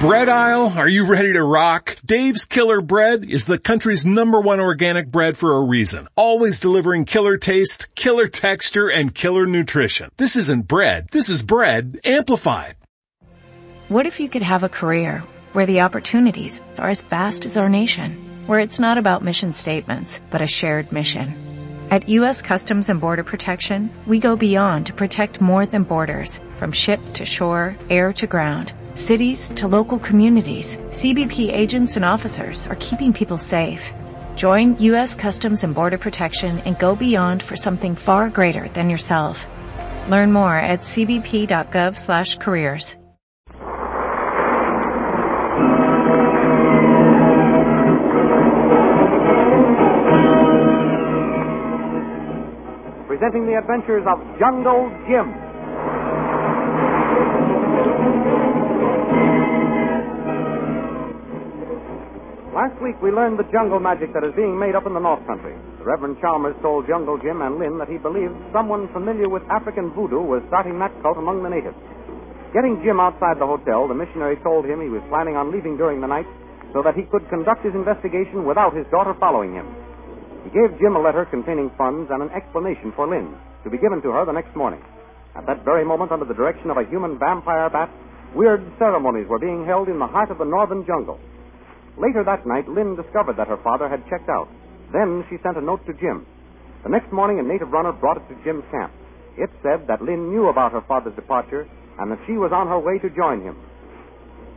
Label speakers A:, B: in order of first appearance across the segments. A: Bread aisle, are you ready to rock? Dave's Killer Bread is the country's number one organic bread for a reason. Always delivering killer taste, killer texture, and killer nutrition. This isn't bread. This is bread amplified.
B: What if you could have a career where the opportunities are as vast as our nation, where it's not about mission statements, but a shared mission? At U.S. Customs and Border Protection, we go beyond to protect more than borders. From ship to shore, air to ground, cities to local communities, CBP agents and officers are keeping people safe. Join U.S. Customs and Border Protection and go beyond for something far greater than yourself. Learn more at cbp.gov slash careers.
C: Presenting the adventures of Jungle Jim. Last week we learned the jungle magic that is being made up in the North Country. The Reverend Chalmers told Jungle Jim and Lynn that he believed someone familiar with African voodoo was starting that cult among the natives. Getting Jim outside the hotel, the missionary told him he was planning on leaving during the night so that he could conduct his investigation without his daughter following him. He gave Jim a letter containing funds and an explanation for Lynn, to be given to her the next morning. At that very moment, under the direction of a human vampire bat, weird ceremonies were being held in the heart of the northern jungle. Later that night, Lynn discovered that her father had checked out. Then she sent a note to Jim. The next morning, a native runner brought it to Jim's camp. It said that Lynn knew about her father's departure and that she was on her way to join him.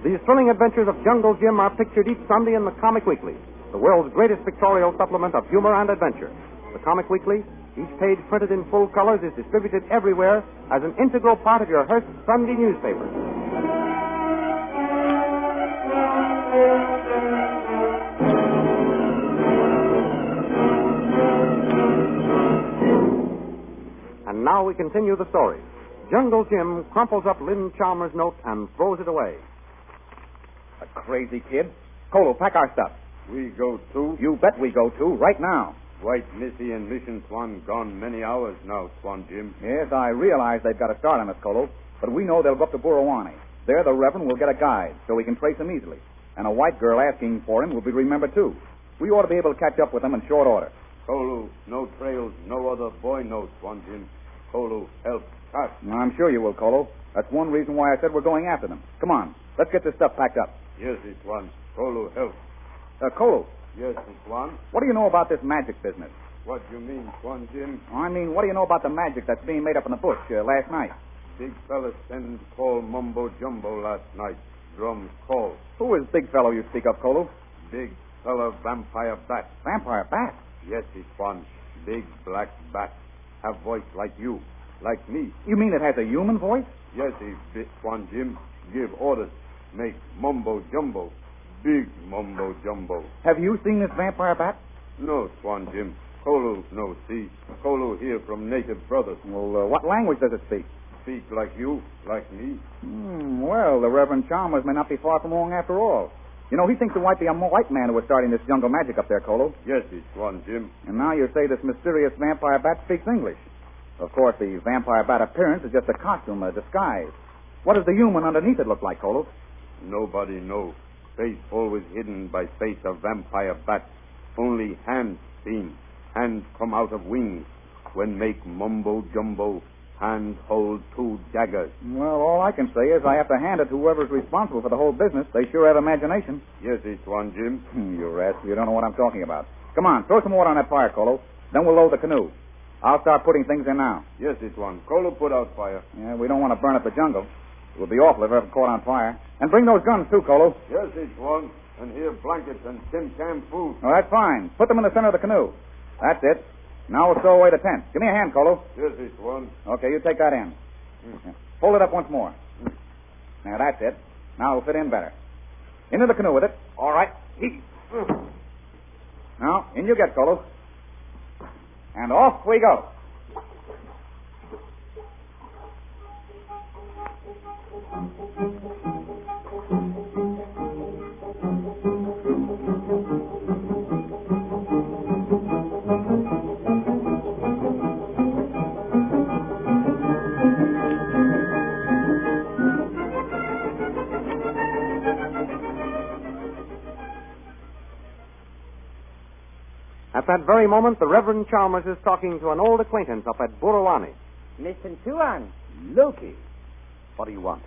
C: These thrilling adventures of Jungle Jim are pictured each Sunday in the Comic Weekly, the world's greatest pictorial supplement of humor and adventure. The Comic Weekly, each page printed in full colors, is distributed everywhere as an integral part of your Hearst Sunday newspaper. And now we continue the story. Jungle Jim crumples up Lynn Chalmers' note and throws it away.
D: A crazy kid. Colo, pack our stuff.
E: We go too.
D: You bet we go to, right now.
E: White Missy and Mission Swan gone many hours now, Swan Jim.
D: Yes, I realize they've got a start on us, Colo, but we know they'll go up to Burrowani. There, the Reverend will get a guide so we can trace him easily. And a white girl asking for him will be remembered, too. We ought to be able to catch up with them in short order.
E: Kolu, no trails, no other boy knows, Swan Jim. Kolu, help, us.
D: I'm sure you will, Colo. That's one reason why I said we're going after them. Come on, let's get this stuff packed up.
E: Yes, it's one. Kolu, help.
D: Uh, Colo,
E: Yes, it's one.
D: what do you know about this magic business?
E: What you mean, Swan Jim?
D: I mean, what do you know about the magic that's being made up in the bush uh, last night?
E: Big fella send call mumbo jumbo last night. Drums call.
D: Who is big fellow you speak of, Colo?
E: Big fella vampire bat.
D: Vampire bat.
E: Yes, it's one. Big black bat. Have voice like you, like me.
D: You mean it has a human voice?
E: Yes, it's big Swan Jim. Give orders. Make mumbo jumbo. Big mumbo jumbo.
D: Have you seen this vampire bat?
E: No, Swan Jim. Kolu no see. Kolu here from native brothers.
D: Well, uh, what language does it speak?
E: Speak like you, like me.
D: Hmm, well, the Reverend Chalmers may not be far from wrong after all. You know, he thinks it might be a mo- white man who was starting this jungle magic up there, Colo.
E: Yes, it's Swan Jim.
D: And now you say this mysterious vampire bat speaks English. Of course, the vampire bat appearance is just a costume, a disguise. What does the human underneath it look like, Colo?
E: Nobody know. Face always hidden by face of vampire bat. Only hands seen. Hands come out of wings. When make mumbo jumbo, hand hold two daggers.
D: Well, all I can say is I have to hand it to whoever's responsible for the whole business. They sure have imagination.
E: Yes, it's Swan Jim.
D: Hmm, you rascal, you don't know what I'm talking about. Come on, throw some water on that fire, Colo. Then we'll load the canoe. I'll start putting things in now.
E: Yes, it's one. Kolu put out fire.
D: Yeah, we don't want to burn up the jungle. It would be awful if ever caught on fire. And bring those guns too, Colo.
E: Yes, it's one. And here blankets and Tim Tam food.
D: Well, that's fine. Put them in the center of the canoe. That's it. Now we'll throw away the tent. Give me a hand, Colo.
E: Yes, it's one.
D: Okay, you take that in. Yeah. Fold it up once more. Now that's it. Now it'll fit in better. Into the canoe with it. All right. Yeet. Now, in you get, Colo. And off we go.
F: that very moment, the Reverend Chalmers is talking to an old acquaintance up at Burawani.
D: Listen, Tuan, Loki.
G: What do you want?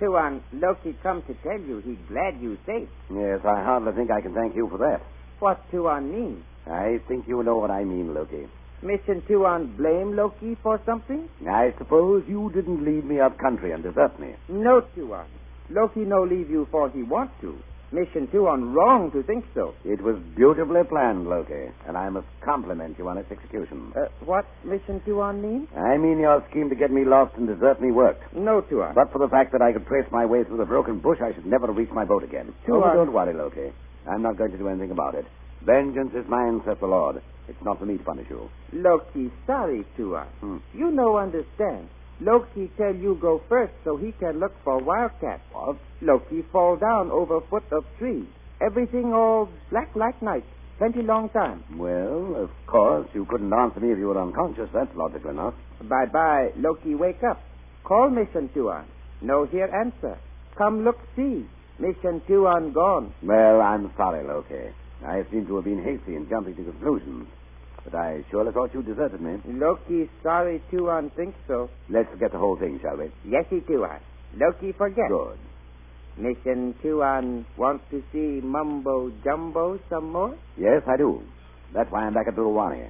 D: Tuan, Loki come to tell you he glad you safe.
E: Yes, I hardly think I can thank you for that.
D: What Tuan mean?
E: I think you know what I mean, Loki.
D: Mission Tuan blame Loki for something?
E: I suppose you didn't lead me up country and desert me.
D: No, Tuan. Loki no leave you for he want to. Mission Tuan wrong to think so.
E: It was beautifully planned, Loki, and I must compliment you on its execution.
D: Uh, what Mission Tuan mean?
E: I mean your scheme to get me lost and desert me worked.
D: No, Tuan.
E: But for the fact that I could trace my way through the broken bush, I should never reach my boat again.
D: Tuan.
E: Oh, don't worry, Loki. I'm not going to do anything about it. Vengeance is mine, says the Lord. It's not for me to punish you.
D: Loki sorry, Tuan.
E: Hmm.
D: You no understand. Loki tell you go first so he can look for wildcat. Loki fall down over foot of tree. Everything all black like night. Plenty long time.
E: Well, of course, you couldn't answer me if you were unconscious. That's logical enough.
D: Bye bye, Loki wake up. Call Mission Tuan. No hear answer. Come look see. Mission Tuan gone.
E: Well, I'm sorry, Loki. I seem to have been hasty in jumping to conclusions. But I surely thought you deserted me.
D: Loki sorry Tuan think so.
E: Let's forget the whole thing, shall we?
D: Yes he Tuan. Loki forget.
E: Good.
D: Mission Tuan want to see Mumbo Jumbo some more?
E: Yes, I do. That's why I'm back at Burawani.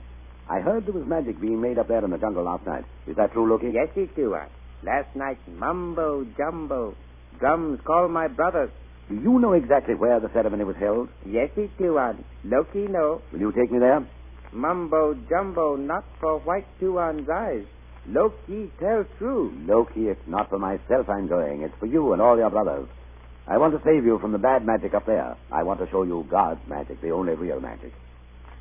E: I heard there was magic being made up there in the jungle last night. Is that true, Loki?
D: Yes, he do. I. Last night, mumbo jumbo. Drums call my brothers.
E: Do you know exactly where the ceremony was held?
D: Yes, he do. I. Loki no.
E: Will you take me there?
D: Mumbo jumbo not for white Tuan's eyes. Loki tell true.
E: Loki, it's not for myself I'm going. It's for you and all your brothers. I want to save you from the bad magic up there. I want to show you God's magic, the only real magic.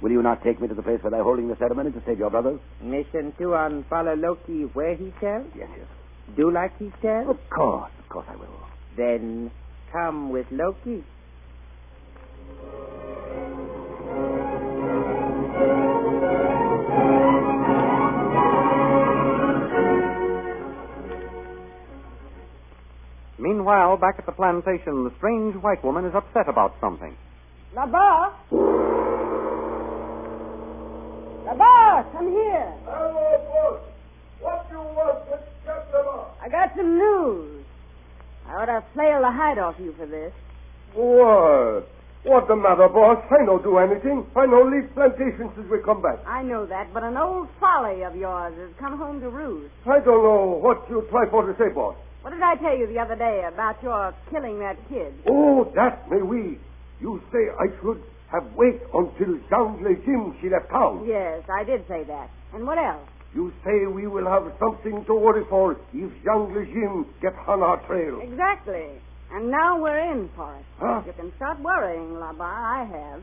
E: Will you not take me to the place where they're holding the ceremony to save your brothers?
D: Mission Tuan follow Loki where he tell.
E: Yes, yes.
D: Do like he tell.
C: Oh.
E: Of course, of course I will.
D: Then come with Loki.
F: Meanwhile, back at the plantation, the strange white woman is upset about something.
H: Là-bas! Là-bas! Come here!
C: Hello, boss. What you want with Gentleman?
H: I got some news. I ought to flail the hide off you for this.
C: What? What the matter, boss? I no do anything. I no leave plantation since we come back.
H: I know that, but an old folly of yours has come home to roost.
C: I don't know what you try for to say, boss.
H: What did I tell you the other day about your killing that kid?
C: Oh, that may we. You say I should have wait until Downley Jim she left town.
H: Yes, I did say that. And what else?
C: You say we will have something to worry for if Downley Jim get on our trail.
H: Exactly. And now we're in for it.
C: Huh?
H: You can start worrying, Laba. I have.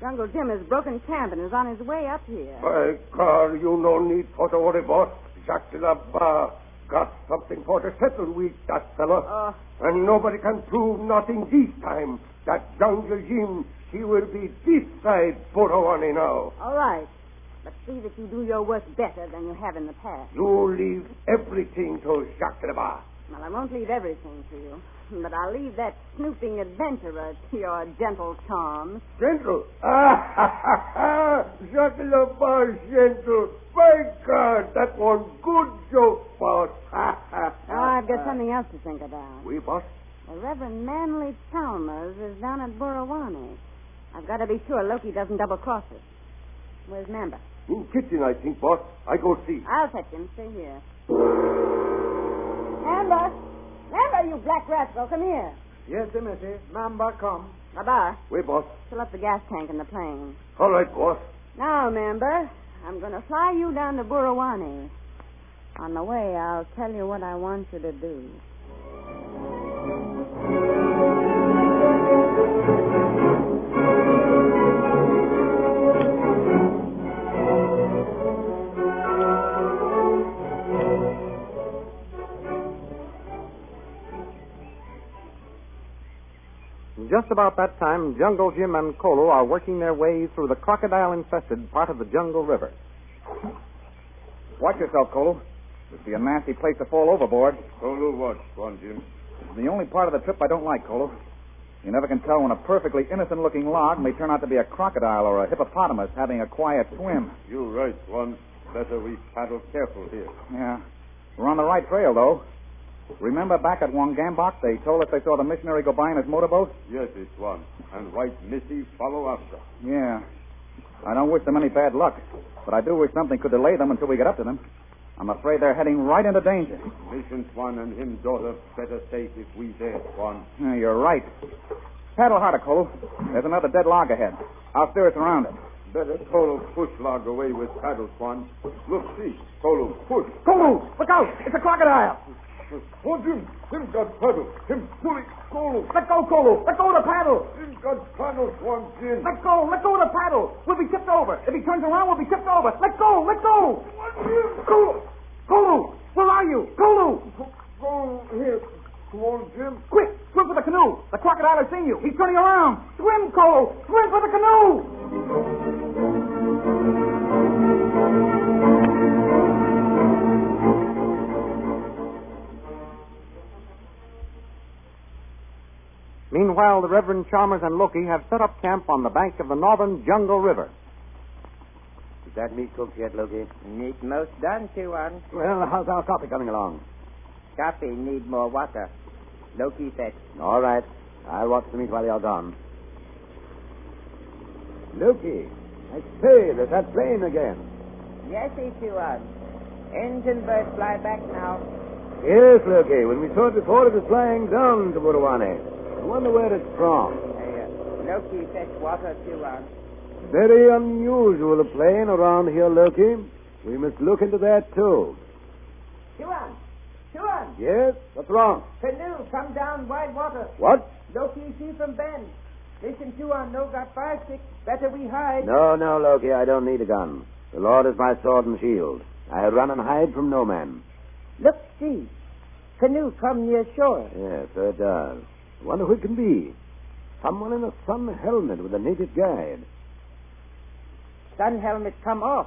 H: Jungle Jim has broken camp and is on his way up here.
C: By car, you no need for to worry, boss. Jacques Labar got something for to settle with that fellow.
H: Oh.
C: And nobody can prove nothing this time. That jungle Jim, she will be this side Burawani now.
H: All right. But see that you do your work better than you have in the past.
C: You leave everything to Jacques Labar.
H: Well, I won't leave everything to you, but I'll leave that snooping adventurer to your gentle Tom.
C: Gentle. Ah, ha, ha, ha. Jacques Labar, gentle. By God, that one good joke, boss. Ha, ha, ha.
H: Oh, I've got something else to think about.
C: Uh, We, boss.
H: The Reverend Manly Chalmers is down at Burawani. I've got to be sure Loki doesn't double cross us. Where's Mamba?
C: In kitchen, I think, boss. I go see.
H: I'll fetch him. Stay here. Mamba! Mamba, you black rascal, come here.
F: Yes, Timothy. Mamba, come.
H: Baba,
C: Wait, boss.
H: fill up the gas tank in the plane.
C: All right, boss.
H: Now, Mamba, I'm going to fly you down to Burawani. On the way, I'll tell you what I want you to do.
F: Just about that time, Jungle Jim and Kolo are working their way through the crocodile infested part of the Jungle River.
I: Watch yourself, Cole. This be a nasty place to fall overboard.
G: Solo watch, Bon Jim.
I: It's the only part of the trip I don't like, Colo.
D: You never can tell when a perfectly innocent looking log may turn out to be a crocodile or a hippopotamus having a quiet swim.
E: You're right, Swan. Better we paddle careful here.
D: Yeah. We're on the right trail, though. Remember back at Wongambok, they told us they saw the missionary go by in his motorboat?
E: Yes, it's one. And right Missy follow after.
D: Yeah. I don't wish them any bad luck, but I do wish something could delay them until we get up to them. I'm afraid they're heading right into danger.
E: Mission Swan and him daughter better safe if we there, Swan.
D: Yeah, you're right. Paddle harder, Cole. There's another dead log ahead. I'll steer us around it.
E: Better Colo push log away with paddle, Swan. Look, see. Colo push.
D: Cole, look out! It's a crocodile!
E: Hold him. Him got paddle. Him pulling Colo.
D: Let go, Cole! Let go of the paddle!
E: Him got paddle, Swan Jim.
D: Let go! Let go of the paddle! We'll be tipped over. If he turns around, we'll be tipped over. Let go! Let go! Cole! Cole! Where are you? Cole!
E: Go here, Swan Jim.
D: Quick! Swim for the canoe! The crocodile has seen you. He's turning around. Swim, Cole! Swim for the canoe!
C: Meanwhile, the Reverend Chalmers and Loki have set up camp on the bank of the northern jungle river.
J: Is that meat cooked yet, Loki?
K: Meat most done, Tiwan.
J: Well, how's our coffee coming along?
K: Coffee need more water. Loki said.
J: All right. I'll watch the meat while you're gone. Loki, I say, there's that plane again.
K: Yes, Tiwan. Engine bird fly back now.
J: Yes, Loki. When we saw it before, it was flying down to Buruwane. I wonder where it's from.
K: Uh, Loki fetch water, Tiwan.
J: Very unusual a plane around here, Loki. We must look into that, too.
K: Tiwan! Tiwan!
J: Yes? What's wrong?
K: Canoe, come down wide water.
J: What?
K: Loki see from Ben. Listen, Tiwan, no got fire stick. Better we hide.
J: No, no, Loki, I don't need a gun. The Lord is my sword and shield. I run and hide from no man.
K: Look, see. Canoe come near shore.
J: Yes, so it does. I wonder who it can be. Someone in a sun helmet with a native guide.
K: Sun helmet come off.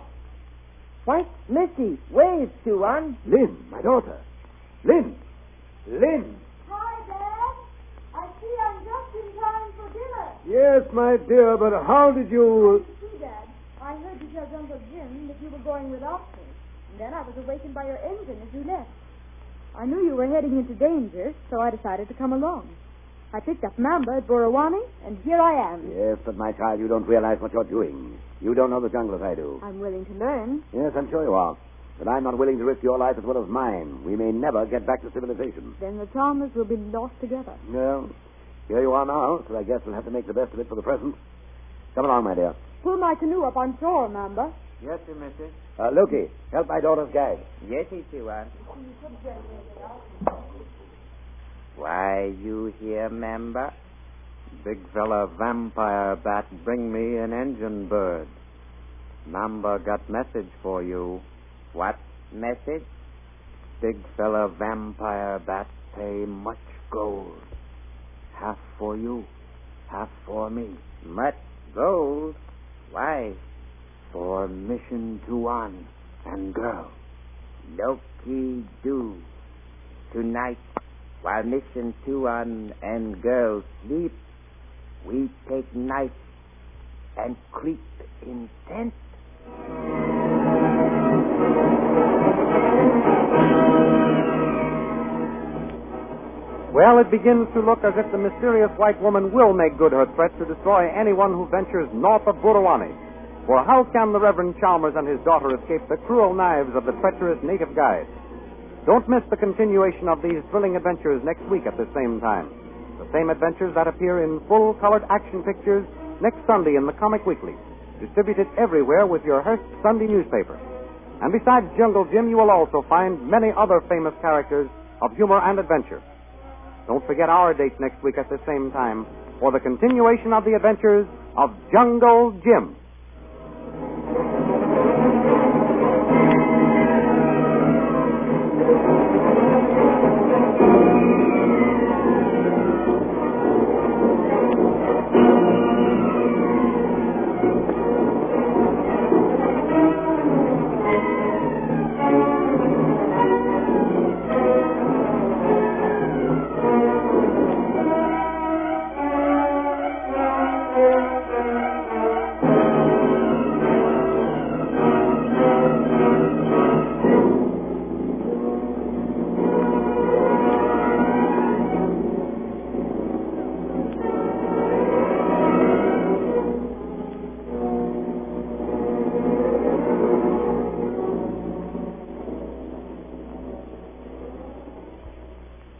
K: What? Missy, wave, Tiwan.
J: Lynn, my daughter. Lynn! Lynn!
L: Hi, Dad. I see I'm just in time for dinner.
J: Yes, my dear, but how did you.
L: You see, Dad, I heard you tell Uncle Jim that you were going without me. And then I was awakened by your engine as you left. I knew you were heading into danger, so I decided to come along. I picked up Mamba at Borowani, and here I am.
J: Yes, but my child, you don't realize what you're doing. You don't know the jungle as I do.
L: I'm willing to learn.
J: Yes, I'm sure you are. But I'm not willing to risk your life as well as mine. We may never get back to civilization.
L: Then the Chalmers will be lost together.
J: No. Here you are now, so I guess we'll have to make the best of it for the present. Come along, my dear.
L: Pull my canoe up on shore, Mamba.
K: Yes, Missy.
J: Uh, Loki, help my daughter's guide.
K: Yes, Tiwan. Why you here, member?
E: Big fella vampire bat bring me an engine bird. Mamba got message for you.
K: What message?
E: Big fella vampire bat pay much gold. Half for you, half for me.
K: Much gold. Why?
E: For mission to one and girl.
K: Loki do. Tonight, while Mission Tuan and girl sleep, we take knife and creep in tent.
C: Well, it begins to look as if the mysterious white woman will make good her threat to destroy anyone who ventures north of Burawani. For how can the Reverend Chalmers and his daughter escape the cruel knives of the treacherous native guide? Don't miss the continuation of these thrilling adventures next week at the same time. The same adventures that appear in full colored action pictures next Sunday in the Comic Weekly, distributed everywhere with your Hearst Sunday newspaper. And besides Jungle Jim, you will also find many other famous characters of humor and adventure. Don't forget our date next week at the same time for the continuation of the adventures of Jungle Jim.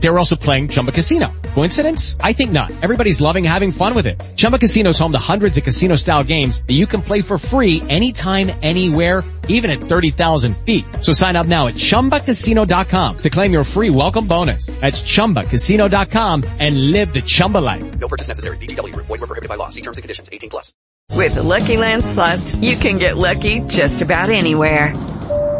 M: They were also playing Chumba Casino. Coincidence? I think not. Everybody's loving having fun with it. Chumba Casino is home to hundreds of casino-style games that you can play for free anytime, anywhere, even at 30,000 feet. So sign up now at ChumbaCasino.com to claim your free welcome bonus. That's ChumbaCasino.com and live the Chumba life.
N: No purchase necessary. BGW. Void were prohibited by law. See terms and conditions. 18 plus.
B: With the Lucky Land slots, you can get lucky just about anywhere.